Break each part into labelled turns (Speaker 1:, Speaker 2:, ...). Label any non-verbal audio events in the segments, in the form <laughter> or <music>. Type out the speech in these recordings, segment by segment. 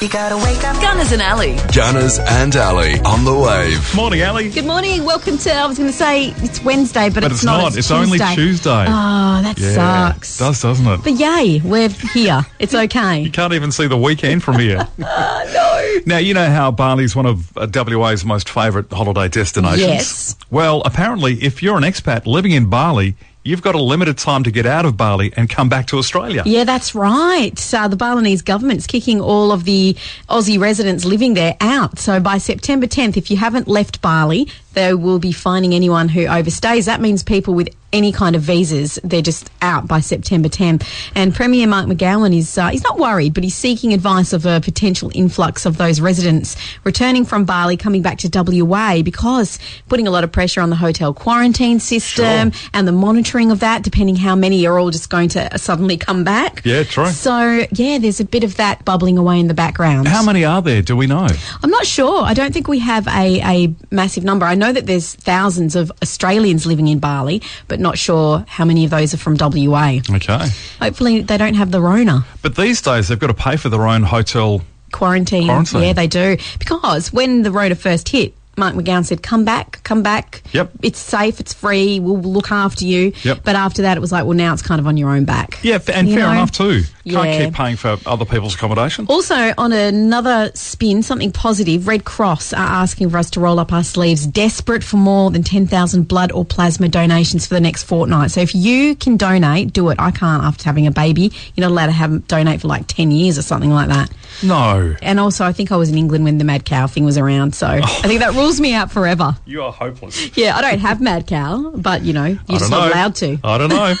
Speaker 1: You gotta wake up.
Speaker 2: Gunners and Alley.
Speaker 3: Gunners and Ali on the wave.
Speaker 4: Morning, Ellie.
Speaker 5: Good morning. Welcome to. I was going to say it's Wednesday, but,
Speaker 4: But it's not. It's only Tuesday.
Speaker 5: Oh, that
Speaker 4: Yeah,
Speaker 5: sucks.
Speaker 4: It does, doesn't it?
Speaker 5: But yay, we're here. It's okay.
Speaker 4: You can't even see the weekend from
Speaker 5: <laughs>
Speaker 4: here. no. Now, you know how Bali's one of uh, WA's most favourite holiday destinations?
Speaker 5: Yes.
Speaker 4: Well, apparently, if you're an expat living in Bali, you've got a limited time to get out of Bali and come back to Australia.
Speaker 5: Yeah, that's right. Uh, the Balinese government's kicking all of the Aussie residents living there out. So by September 10th, if you haven't left Bali, they will be fining anyone who overstays. That means people with any kind of visas, they're just out by September 10th. And Premier Mike McGowan is uh, he's not worried, but he's seeking advice of a potential influx of those residents returning from Bali, coming back to WA because putting a lot of pressure on the hotel quarantine system and the monitoring of that, depending how many are all just going to suddenly come back.
Speaker 4: Yeah, true.
Speaker 5: So, yeah, there's a bit of that bubbling away in the background.
Speaker 4: How many are there? Do we know?
Speaker 5: I'm not sure. I don't think we have a, a massive number. I know that there's thousands of Australians living in Bali, but not sure how many of those are from WA.
Speaker 4: Okay.
Speaker 5: Hopefully, they don't have the Rona.
Speaker 4: But these days, they've got to pay for their own hotel.
Speaker 5: quarantine.
Speaker 4: Quarantine.
Speaker 5: Yeah, they do. Because when the Rona first hit, Mark McGowan said, "Come back, come back.
Speaker 4: Yep.
Speaker 5: It's safe. It's free. We'll look after you."
Speaker 4: Yep.
Speaker 5: But after that, it was like, well, now it's kind of on your own back.
Speaker 4: Yeah, f- and
Speaker 5: You
Speaker 4: fair
Speaker 5: know?
Speaker 4: enough, too. Can't
Speaker 5: Yeah.
Speaker 4: keep paying for other people's accommodation.
Speaker 5: Also, on another spin, something positive, Red Cross are asking for us to roll up our sleeves, desperate for more than 10,000 blood or plasma donations for the next fortnight. So if you can donate, do it. I can't after having a baby. You're not allowed to have donate for like 10 years or something like that.
Speaker 4: No.
Speaker 5: And also, I think I was in England when the mad cow thing was around, so I think that rules me
Speaker 4: <laughs>
Speaker 5: out forever.
Speaker 4: You are hopeless.
Speaker 5: Yeah, I don't have mad cow, but you know, you're
Speaker 4: I
Speaker 5: just
Speaker 4: don't
Speaker 5: not
Speaker 4: know.
Speaker 5: allowed to.
Speaker 4: I don't
Speaker 5: <laughs>
Speaker 4: know.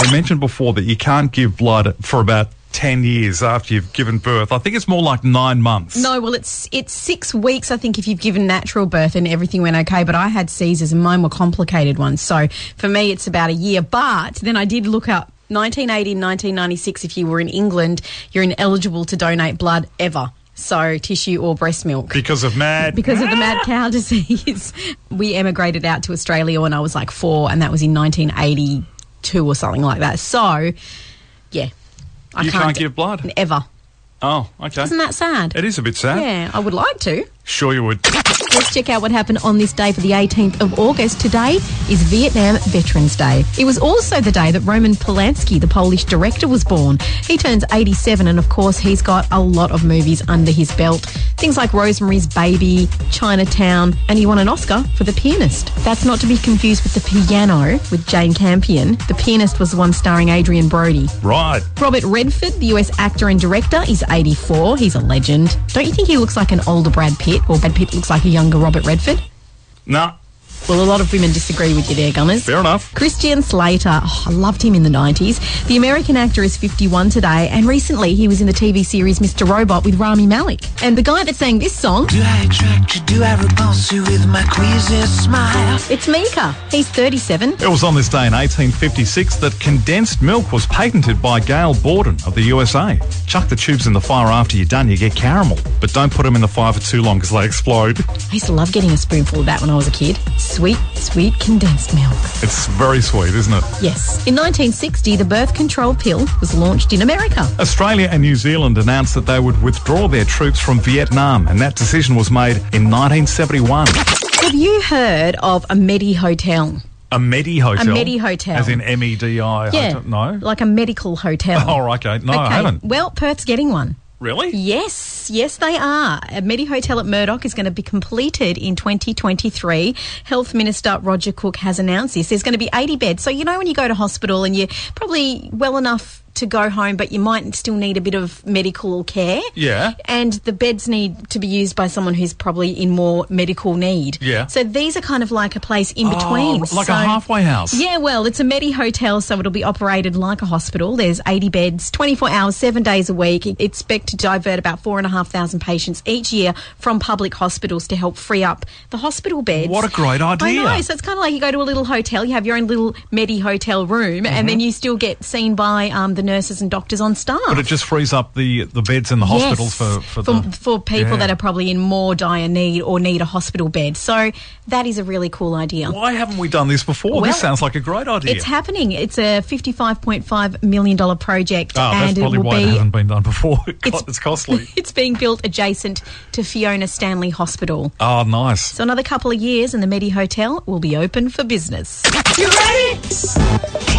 Speaker 4: we mentioned before that you can't give blood for about 10 years after you've given birth. I think it's more like nine months.
Speaker 5: No, well, it's it's six weeks, I think, if you've given natural birth and everything went okay. But I had Caesars, and mine were complicated ones. So for me, it's about a year. But then I did look up 1980 and 1996. If you were in England, you're ineligible to donate blood ever, so tissue or breast milk.
Speaker 4: Because of mad.
Speaker 5: because of the mad cow <laughs> disease. We emigrated out to Australia when I was like four, and that was in 1982 or something like that. So, yeah, I
Speaker 4: you can't,
Speaker 5: do-
Speaker 4: give blood.
Speaker 5: ever.
Speaker 4: Oh, okay.
Speaker 5: Isn't that sad?
Speaker 4: It is a bit sad.
Speaker 5: Yeah, I would like to.
Speaker 4: Sure, you would.
Speaker 5: Let's check out what happened on this day for the 18th of August. Today is Vietnam Veterans Day. It was also the day that Roman Polanski, the Polish director, was born. He turns 87, and of course, he's got a lot of movies under his belt. Things like Rosemary's Baby, Chinatown, and he won an Oscar for The Pianist. That's not to be confused with The Piano with Jane Campion. The Pianist was the one starring Adrian Brody.
Speaker 4: Right.
Speaker 5: Robert Redford, the US actor and director, is 84. He's a legend. Don't you think he looks like an older Brad Pitt, or Brad Pitt looks like a younger Robert Redford?
Speaker 4: Nah,
Speaker 5: Well, a lot of women disagree with you there, Gunners.
Speaker 4: fair enough.
Speaker 5: Christian Slater, oh, I loved him in the 90s. The American actor is 51 today, and recently he was in the TV series Mr. Robot with Rami Malik. And the guy that sang this song,
Speaker 1: Do I attract you? Do I repulse you with my queasy smile?
Speaker 5: it's Mika. He's 37.
Speaker 4: It was on this day in 1856 that condensed milk was patented by Gail Borden of the USA. Chuck the tubes in the fire after you're done, you get caramel. But don't put them in the fire for too long because they explode.
Speaker 5: I used to love getting a spoonful of that when I was a kid. Sweet, sweet condensed milk.
Speaker 4: It's very sweet, isn't it?
Speaker 5: Yes. In 1960, the birth control pill was launched in America.
Speaker 4: Australia and New Zealand announced that they would withdraw their troops from Vietnam, and that decision was made in 1971.
Speaker 5: Have you heard of a Medi Hotel?
Speaker 4: A Medi Hotel.
Speaker 5: A Medi Hotel.
Speaker 4: As in M E D I.
Speaker 5: Yeah.
Speaker 4: Hotel. No.
Speaker 5: Like a medical
Speaker 4: <laughs>
Speaker 5: hotel.
Speaker 4: Oh, okay. No, I haven't.
Speaker 5: Well, Perth's getting one.
Speaker 4: Really?
Speaker 5: Yes, yes, they are. A Medi Hotel at Murdoch is going to be completed in 2023. Health Minister Roger Cook has announced this. There's going to be 80 beds. So, you know, when you go to hospital and you're probably well enough to go home, but you might still need a bit of medical care.
Speaker 4: Yeah.
Speaker 5: And the beds need to be used by someone who's probably in more medical need.
Speaker 4: Yeah.
Speaker 5: So these are kind of like a place in between.
Speaker 4: Oh, like
Speaker 5: So-
Speaker 4: a halfway house.
Speaker 5: yeah, well, it's a Medi hotel, so it'll be operated like a hospital. There's 80 beds, 24 hours, seven days a week. It- Expect to divert about 4,500 patients each year from public hospitals to help free up the hospital beds.
Speaker 4: What a great idea.
Speaker 5: I know. So it's kind of like you go to a little hotel, you have your own little Medi hotel room, and then you still get seen by um, the the nurses and doctors on staff.
Speaker 4: Mm-hmm. But it just frees up the, the beds in the hospital for, for,
Speaker 5: for,
Speaker 4: the,
Speaker 5: for people
Speaker 4: Yeah.
Speaker 5: that are probably in more dire need or need a hospital bed. So that is a really cool idea.
Speaker 4: Why haven't we done this before?
Speaker 5: Well,
Speaker 4: this sounds like a great idea.
Speaker 5: It's happening. It's a $55.5 million project.
Speaker 4: oh, that's
Speaker 5: and it
Speaker 4: probably
Speaker 5: will
Speaker 4: why it
Speaker 5: be
Speaker 4: hasn't been done before. <laughs> it's, it's costly.
Speaker 5: <laughs> It's being built adjacent to Fiona Stanley Hospital.
Speaker 4: Oh, nice.
Speaker 5: So another couple of years and the Medi Hotel will be open for business.
Speaker 2: You ready?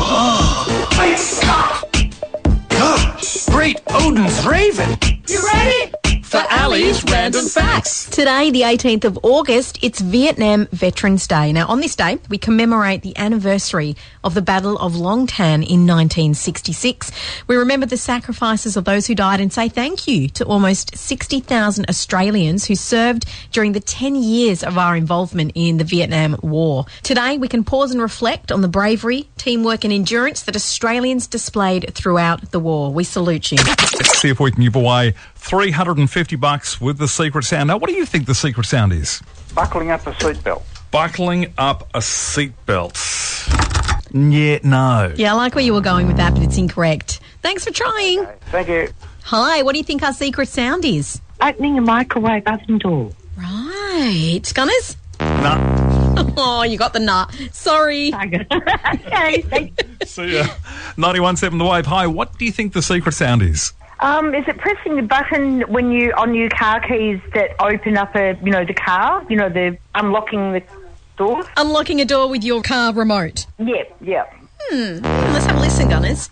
Speaker 2: Great Scott!
Speaker 6: <gasps> Great Odin's Raven.
Speaker 2: You ready?
Speaker 6: For Ali's Random Facts.
Speaker 5: Today, the 18th of August, it's Vietnam Veterans Day. Now, on this day, we commemorate the anniversary of the Battle of Long Tan in 1966. We remember the sacrifices of those who died and say thank you to almost 60,000 Australians who served during the 10 years of our involvement in the Vietnam War. Today, we can pause and reflect on the bravery, teamwork, and endurance that Australians displayed throughout the war. We salute you.
Speaker 4: Let's see if we can give away 350 bucks with the secret sound. Now, what do you think the secret sound is?
Speaker 7: buckling up a seatbelt.
Speaker 4: Buckling up a seatbelt. Yeah, no.
Speaker 5: Yeah, I like where you were going with that, but it's incorrect. Thanks for trying.
Speaker 7: Thank you.
Speaker 5: Hi, what do you think our secret sound is?
Speaker 8: Opening a microwave oven door.
Speaker 5: Right. Gunners?
Speaker 4: Nah.
Speaker 5: Oh, you got the nut.
Speaker 4: See
Speaker 5: Sorry.
Speaker 4: <laughs> ya. 917 The Wave. Hi, what do you think the secret sound is?
Speaker 8: Um, is it pressing the button when you on your car keys that open up a you know the car you know the unlocking the door?
Speaker 5: Unlocking a door with your car remote.
Speaker 8: Yep, yep.
Speaker 5: Hmm, Let's have a listen, Gunners.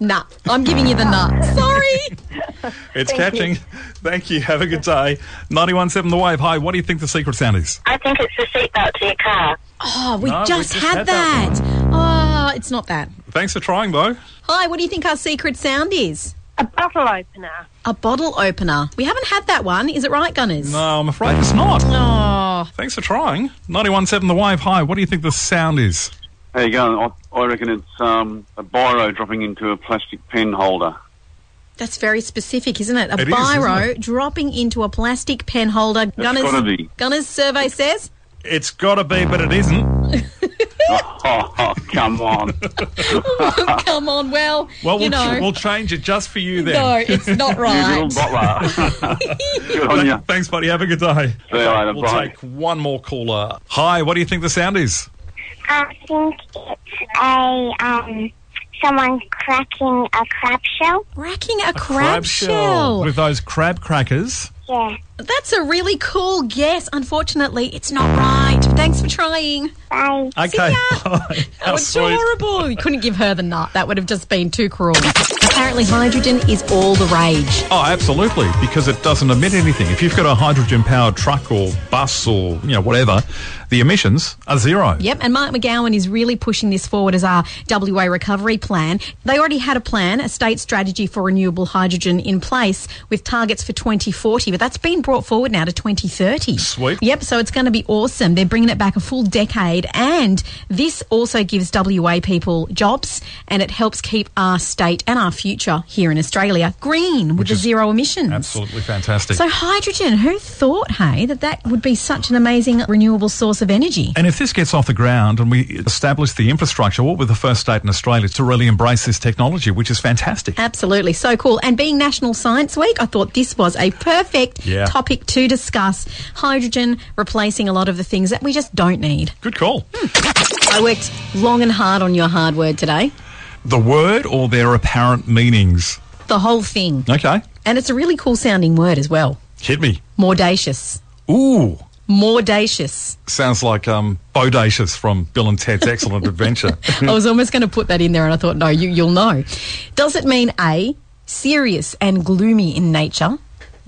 Speaker 5: Nah, I'm giving you the nut.
Speaker 8: <laughs>
Speaker 5: Sorry.
Speaker 4: It's catching. <laughs> Thank you. Have a good day. 917 The Wave. Hi, what do you think the secret sound is?
Speaker 9: I think it's the seatbelt to your car.
Speaker 5: Oh, we
Speaker 4: No, we
Speaker 5: just,
Speaker 4: just
Speaker 5: had,
Speaker 4: had
Speaker 5: that.
Speaker 4: that
Speaker 5: Oh, it's not that.
Speaker 4: Thanks for trying, though.
Speaker 5: Hi, what do you think our secret sound is?
Speaker 9: A bottle opener.
Speaker 5: A bottle opener. We haven't had that one. Is it right, Gunners?
Speaker 4: No, Uh, I'm afraid it's not.
Speaker 5: Oh,
Speaker 4: Thanks for trying. 917 The Wave. Hi, what do you think the sound is?
Speaker 10: There you go. I, I reckon it's um, a biro dropping into a plastic pen holder.
Speaker 5: that's very specific, isn't it? A
Speaker 4: It is,
Speaker 5: biro
Speaker 4: isn't
Speaker 5: dropping into a plastic pen holder.
Speaker 10: gotta
Speaker 5: Gunners,
Speaker 11: <laughs>
Speaker 10: be.
Speaker 5: Gunners survey says.
Speaker 4: It's got to be, but it isn't.
Speaker 10: Oh, oh, come on.
Speaker 5: "Oh, Come on, well,
Speaker 4: Ah. Well, we'll,
Speaker 5: you know,
Speaker 4: ch- we'll change it just for you then.
Speaker 5: no,
Speaker 4: <laughs>
Speaker 5: it's not
Speaker 10: Little
Speaker 5: right.
Speaker 11: <laughs>
Speaker 10: bottler. Good on you.
Speaker 4: Thanks, buddy. Have a good day.
Speaker 10: See you later.
Speaker 4: Oh, We'll
Speaker 10: Bye.
Speaker 4: take one more caller. Hi, what do you think the sound is?
Speaker 9: I think it's a um someone cracking a crab shell.
Speaker 5: Cracking a, crab, shell.
Speaker 4: With those crab crackers.
Speaker 9: Yeah.
Speaker 5: That's a really cool guess. Unfortunately, it's not right. Thanks for trying.
Speaker 9: Bye.
Speaker 4: Okay.
Speaker 5: ya.
Speaker 4: <laughs> bye. How
Speaker 5: How
Speaker 4: sweet.
Speaker 5: adorable. You couldn't give her the nut. That would have just been too cruel. Apparently, hydrogen is all the rage.
Speaker 4: Oh, absolutely, because it doesn't emit anything. If you've got a hydrogen-powered truck or bus or you know whatever, the emissions are zero.
Speaker 5: Yep, and Mark McGowan is really pushing this forward as our WA recovery plan. They already had a plan, a state strategy for renewable hydrogen in place with targets for 2040, but that's been brought forward now to 2030.
Speaker 4: Sweet.
Speaker 5: Yep, so it's going to be awesome. They're bringing it back a full decade, and this also gives WA people jobs and it helps keep our state and our future here in Australia green with
Speaker 4: Which
Speaker 5: the
Speaker 4: is
Speaker 5: zero emissions.
Speaker 4: Absolutely fantastic.
Speaker 5: So, hydrogen, who thought, hey, that that would be such an amazing renewable source of energy?
Speaker 4: and if this gets off the ground and we establish the infrastructure, what we're the first state in Australia to really embrace this technology, which is fantastic.
Speaker 5: Uh, Absolutely, so cool. And being National Science Week, I thought this was a perfect
Speaker 4: Yeah.
Speaker 5: topic to discuss. Hydrogen replacing a lot of the things that we just don't need.
Speaker 4: Good call.
Speaker 5: I worked long and hard on your hard word today.
Speaker 4: The word or their apparent meanings.
Speaker 5: The whole thing.
Speaker 4: Okay,
Speaker 5: And it's a really cool sounding word as well.
Speaker 4: hit me.
Speaker 5: Mordacious.
Speaker 4: Ooh,
Speaker 5: Mordacious.
Speaker 4: sounds like um, bodacious from Bill and Ted's Excellent Adventure.
Speaker 5: <laughs>
Speaker 4: <laughs>
Speaker 5: I was almost going to put that in there and I thought, no, you, you'll know. Does it mean A, serious and gloomy in nature?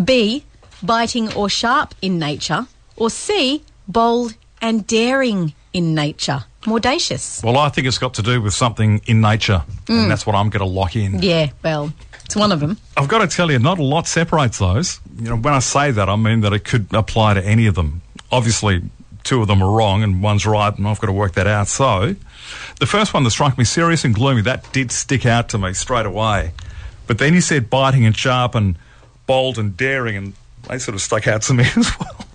Speaker 5: B, biting or sharp in nature? Or C, bold and daring in nature? Mordacious.
Speaker 4: Well, I think it's got to do with something in nature,
Speaker 5: Mm.
Speaker 4: and that's what I'm going to lock in.
Speaker 5: Yeah, well, it's one of them.
Speaker 4: I've got to tell you, not a lot separates those. You know, when I say that, I mean that it could apply to any of them. Obviously, two of them are wrong and one's right, and I've got to work that out. So, the first one that struck me, serious and gloomy, that did stick out to me straight away. But then you said biting and sharp and bold and daring, and they sort of <laughs> stuck out to me as well.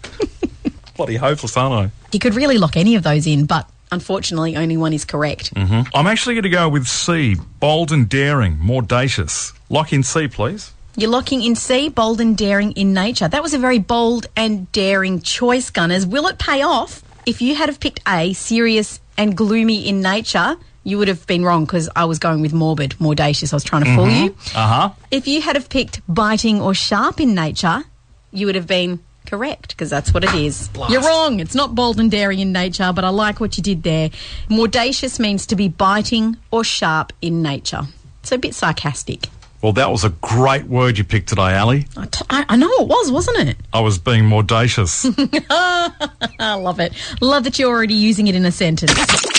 Speaker 4: Bloody hopeless, aren't I?
Speaker 5: You could really lock any of those in, but Unfortunately, only one is correct.
Speaker 4: hmm I'm actually going to go with C. Bold and daring, mordacious. Lock in C, please.
Speaker 5: You're locking in C, bold and daring in nature. That was a very bold and daring choice, Gunners. Will it pay off? If you had have picked A, serious and gloomy in nature, you would have been wrong because I was going with morbid, mordacious. I was trying to fool you.
Speaker 4: Uh huh.
Speaker 5: If you had have picked biting or sharp in nature, you would have been correct because that's what it is. You're wrong. It's not bold and daring in nature, but I like what you did there. Mordacious means to be biting or sharp in nature. It's a bit sarcastic.
Speaker 4: Well, that was a great word you picked today, Ali.
Speaker 5: I, t- I, I know it was, wasn't it?
Speaker 4: I was being mordacious.
Speaker 5: I love it. Love that you're already using it in a sentence.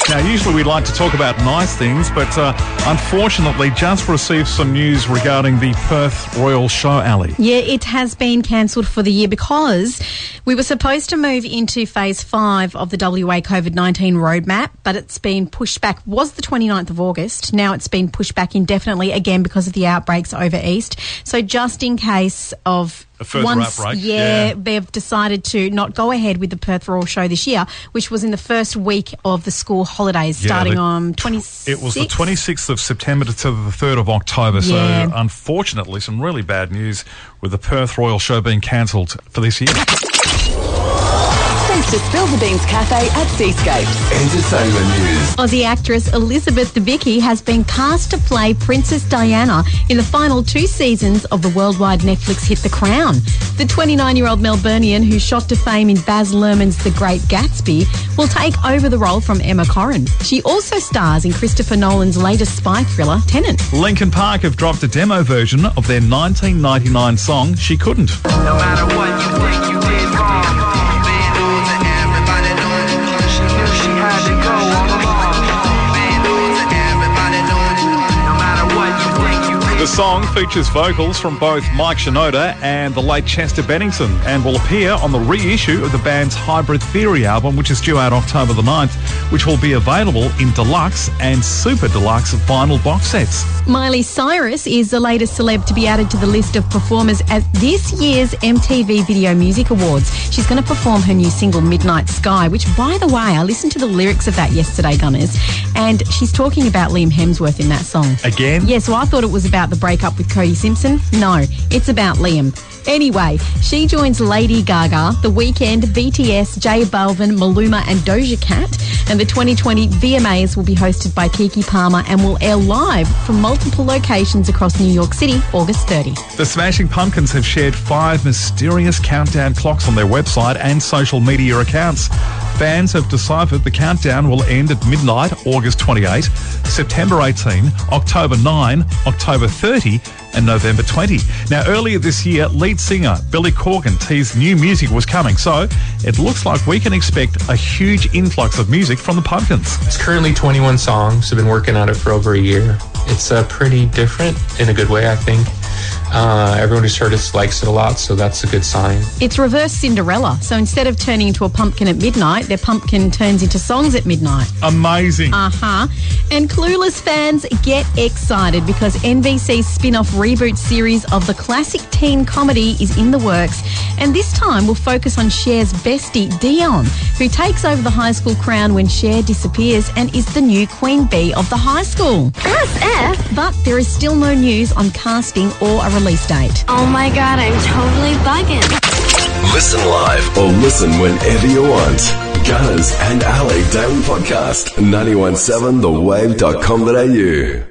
Speaker 4: Now, usually we'd like to talk about nice things, but uh, unfortunately, just received some news regarding the Perth Royal Show Alley.
Speaker 5: Yeah, it has been cancelled for the year because we were supposed to move into phase five of the WA COVID 19 roadmap, but it's been pushed back. Was the 29th of August. Now it's been pushed back indefinitely again because of the outbreaks over East. So, just in case of.
Speaker 4: A further
Speaker 5: once,
Speaker 4: outbreak,
Speaker 5: Yeah,
Speaker 4: yeah.
Speaker 5: they've decided to not go ahead with the Perth Royal Show this year, which was in the first week of the school holidays,
Speaker 4: Yeah,
Speaker 5: starting
Speaker 4: the-
Speaker 5: on 26th.
Speaker 4: It was the 26th of September to the 3rd of October.
Speaker 5: Yeah.
Speaker 4: So, unfortunately, some really bad news with the Perth Royal Show being cancelled for this year.
Speaker 12: Thanks to Spill the Beans Cafe at Seascapes.
Speaker 3: Entertainment news.
Speaker 5: Aussie actress Elizabeth Debicki has been cast to play Princess Diana in the final two seasons of the worldwide Netflix hit The Crown. The 29-year-old Melbourneian who shot to fame in Baz Luhrmann's The Great Gatsby will take over the role from Emma Corrin. She also stars in Christopher Nolan's latest spy thriller, Tenant.
Speaker 4: Lincoln Park have dropped a demo version of their 1999 song, She Couldn't.
Speaker 6: No matter what you think you did wrong. Been losing, everybody doing it. She knew she had to go all along. Been losing, everybody doing it. No matter what you think you
Speaker 4: The song features vocals from both Mike Shinoda and the late Chester Bennington and will appear on the reissue of the band's Hybrid Theory album, which is due out October the 9th, which will be available in deluxe and super deluxe vinyl box sets.
Speaker 5: Miley Cyrus is the latest celeb to be added to the list of performers at this year's MTV Video Music Awards. She's going to perform her new single, Midnight Sky, which, by the way, I listened to the lyrics of that yesterday, Gunners, and she's talking about Liam Hemsworth in that song.
Speaker 4: Again?
Speaker 5: Yeah, so I thought it was about the breakup with Cody Simpson. No, it's about Liam. Anyway, she joins Lady Gaga, The Weeknd, BTS, J Balvin, Maluma, and Doja Cat. And the 2020 VMAs will be hosted by Kiki Palmer and will air live from multiple locations across New York City, August 30.
Speaker 4: The Smashing Pumpkins have shared five mysterious countdown clocks on their website and social media accounts. Fans have deciphered the countdown will end at midnight, August 28, September 18, October 9, October 30, and November 20. Now, earlier this year, lead singer Billy Corgan teased new music was coming, so it looks like we can expect a huge influx of music from the Pumpkins.
Speaker 11: It's currently 21 songs. I've been working on it for over a year. It's uh, pretty different in a good way, I think. Uh, everyone who's heard us likes it a lot, so that's a good sign.
Speaker 5: It's reverse Cinderella, so instead of turning into a pumpkin at midnight, their pumpkin turns into songs at midnight.
Speaker 4: Amazing.
Speaker 5: Uh huh. And Clueless fans get excited because NBC's spin off reboot series of the classic teen comedy is in the works. And this time we'll focus on Cher's bestie, Dion, who takes over the high school crown when Cher disappears and is the new queen bee of the high school. SF! But there is still no news on casting or a release date.
Speaker 13: Oh my god, I'm totally bugging.
Speaker 3: Listen live or listen whenever you want. Gunners and Ali Daily Podcast, 917thewave.com.au.